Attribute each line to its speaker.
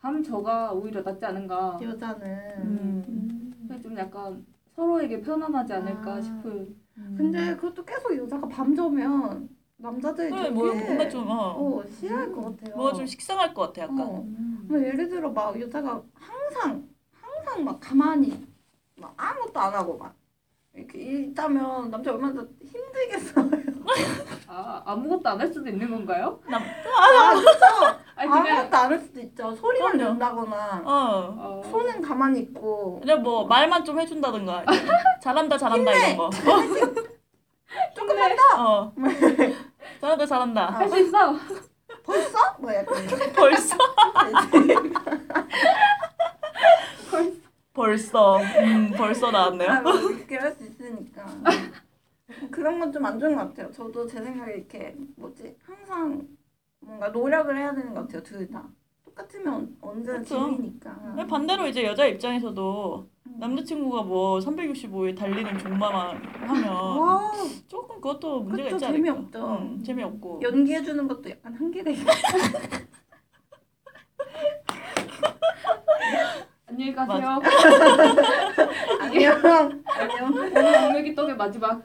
Speaker 1: 밤 저가 오히려 낫지 않은가.
Speaker 2: 여자는.
Speaker 1: 음. 그게 좀 약간 서로에게 편안하지 않을까
Speaker 2: 아.
Speaker 1: 싶어요.
Speaker 3: 음.
Speaker 2: 근데 그것도 계속 여자가 밤저면 남자들이
Speaker 3: 그래
Speaker 2: 되게
Speaker 3: 뭐 뭔가 좀 어.
Speaker 2: 어, 싫어할 것 같아요.
Speaker 3: 뭐가 좀 식상할 것 같아 약간.
Speaker 2: 어. 뭐 예를 들어 막 여자가 항상 항상 막 가만히 막 아무것도 안 하고 막 이렇게 있다면 남자 얼마나 힘들겠어요.
Speaker 1: 아 아무것도 안 할 수도 있는 건가요?
Speaker 2: 아, 그렇죠.
Speaker 1: 아니 그냥
Speaker 2: 아무것도 안 할 수도 있죠. 소리만
Speaker 3: 그럼요.
Speaker 2: 낸다거나
Speaker 3: 어.
Speaker 1: 어,
Speaker 2: 아, 손은 가만히 있고
Speaker 3: 그냥 뭐 말만 좀 해준다든가. 이제 잘한다 잘한다
Speaker 2: 어. 힘내.
Speaker 3: 이런 거.
Speaker 2: 조금만 더뭐
Speaker 3: 어. 잘한다 잘한다.
Speaker 2: 아.
Speaker 1: 할 수 있어.
Speaker 2: 벌써? 뭐 약간
Speaker 3: 벌써 벌써 음, 벌써 나왔네요.
Speaker 2: 아, 뭐 그렇게 할 수 있으니까 네. 그런 건 좀 안 좋은 것 같아요. 저도 제 생각에 이렇게 뭐지 항상 뭔가 노력을 해야 되는 것 같아요. 둘 다. 똑같으면 언제나
Speaker 3: 그쵸.
Speaker 2: 질리니까. 음.
Speaker 3: 근데 반대로 이제 여자 입장에서도 남자친구가 뭐 365일 달리는 종마만 하면
Speaker 2: 와
Speaker 3: 조금 그것도 문제가
Speaker 2: 그쵸,
Speaker 3: 있지 않을까?
Speaker 2: 재미없죠.
Speaker 3: 음, 재미없고.
Speaker 2: 연기해주는 것도 약간 한계가 있어.
Speaker 1: 안녕히 가세요.
Speaker 2: 안녕. 안녕.
Speaker 1: 오늘 오메기 떡의 마지막.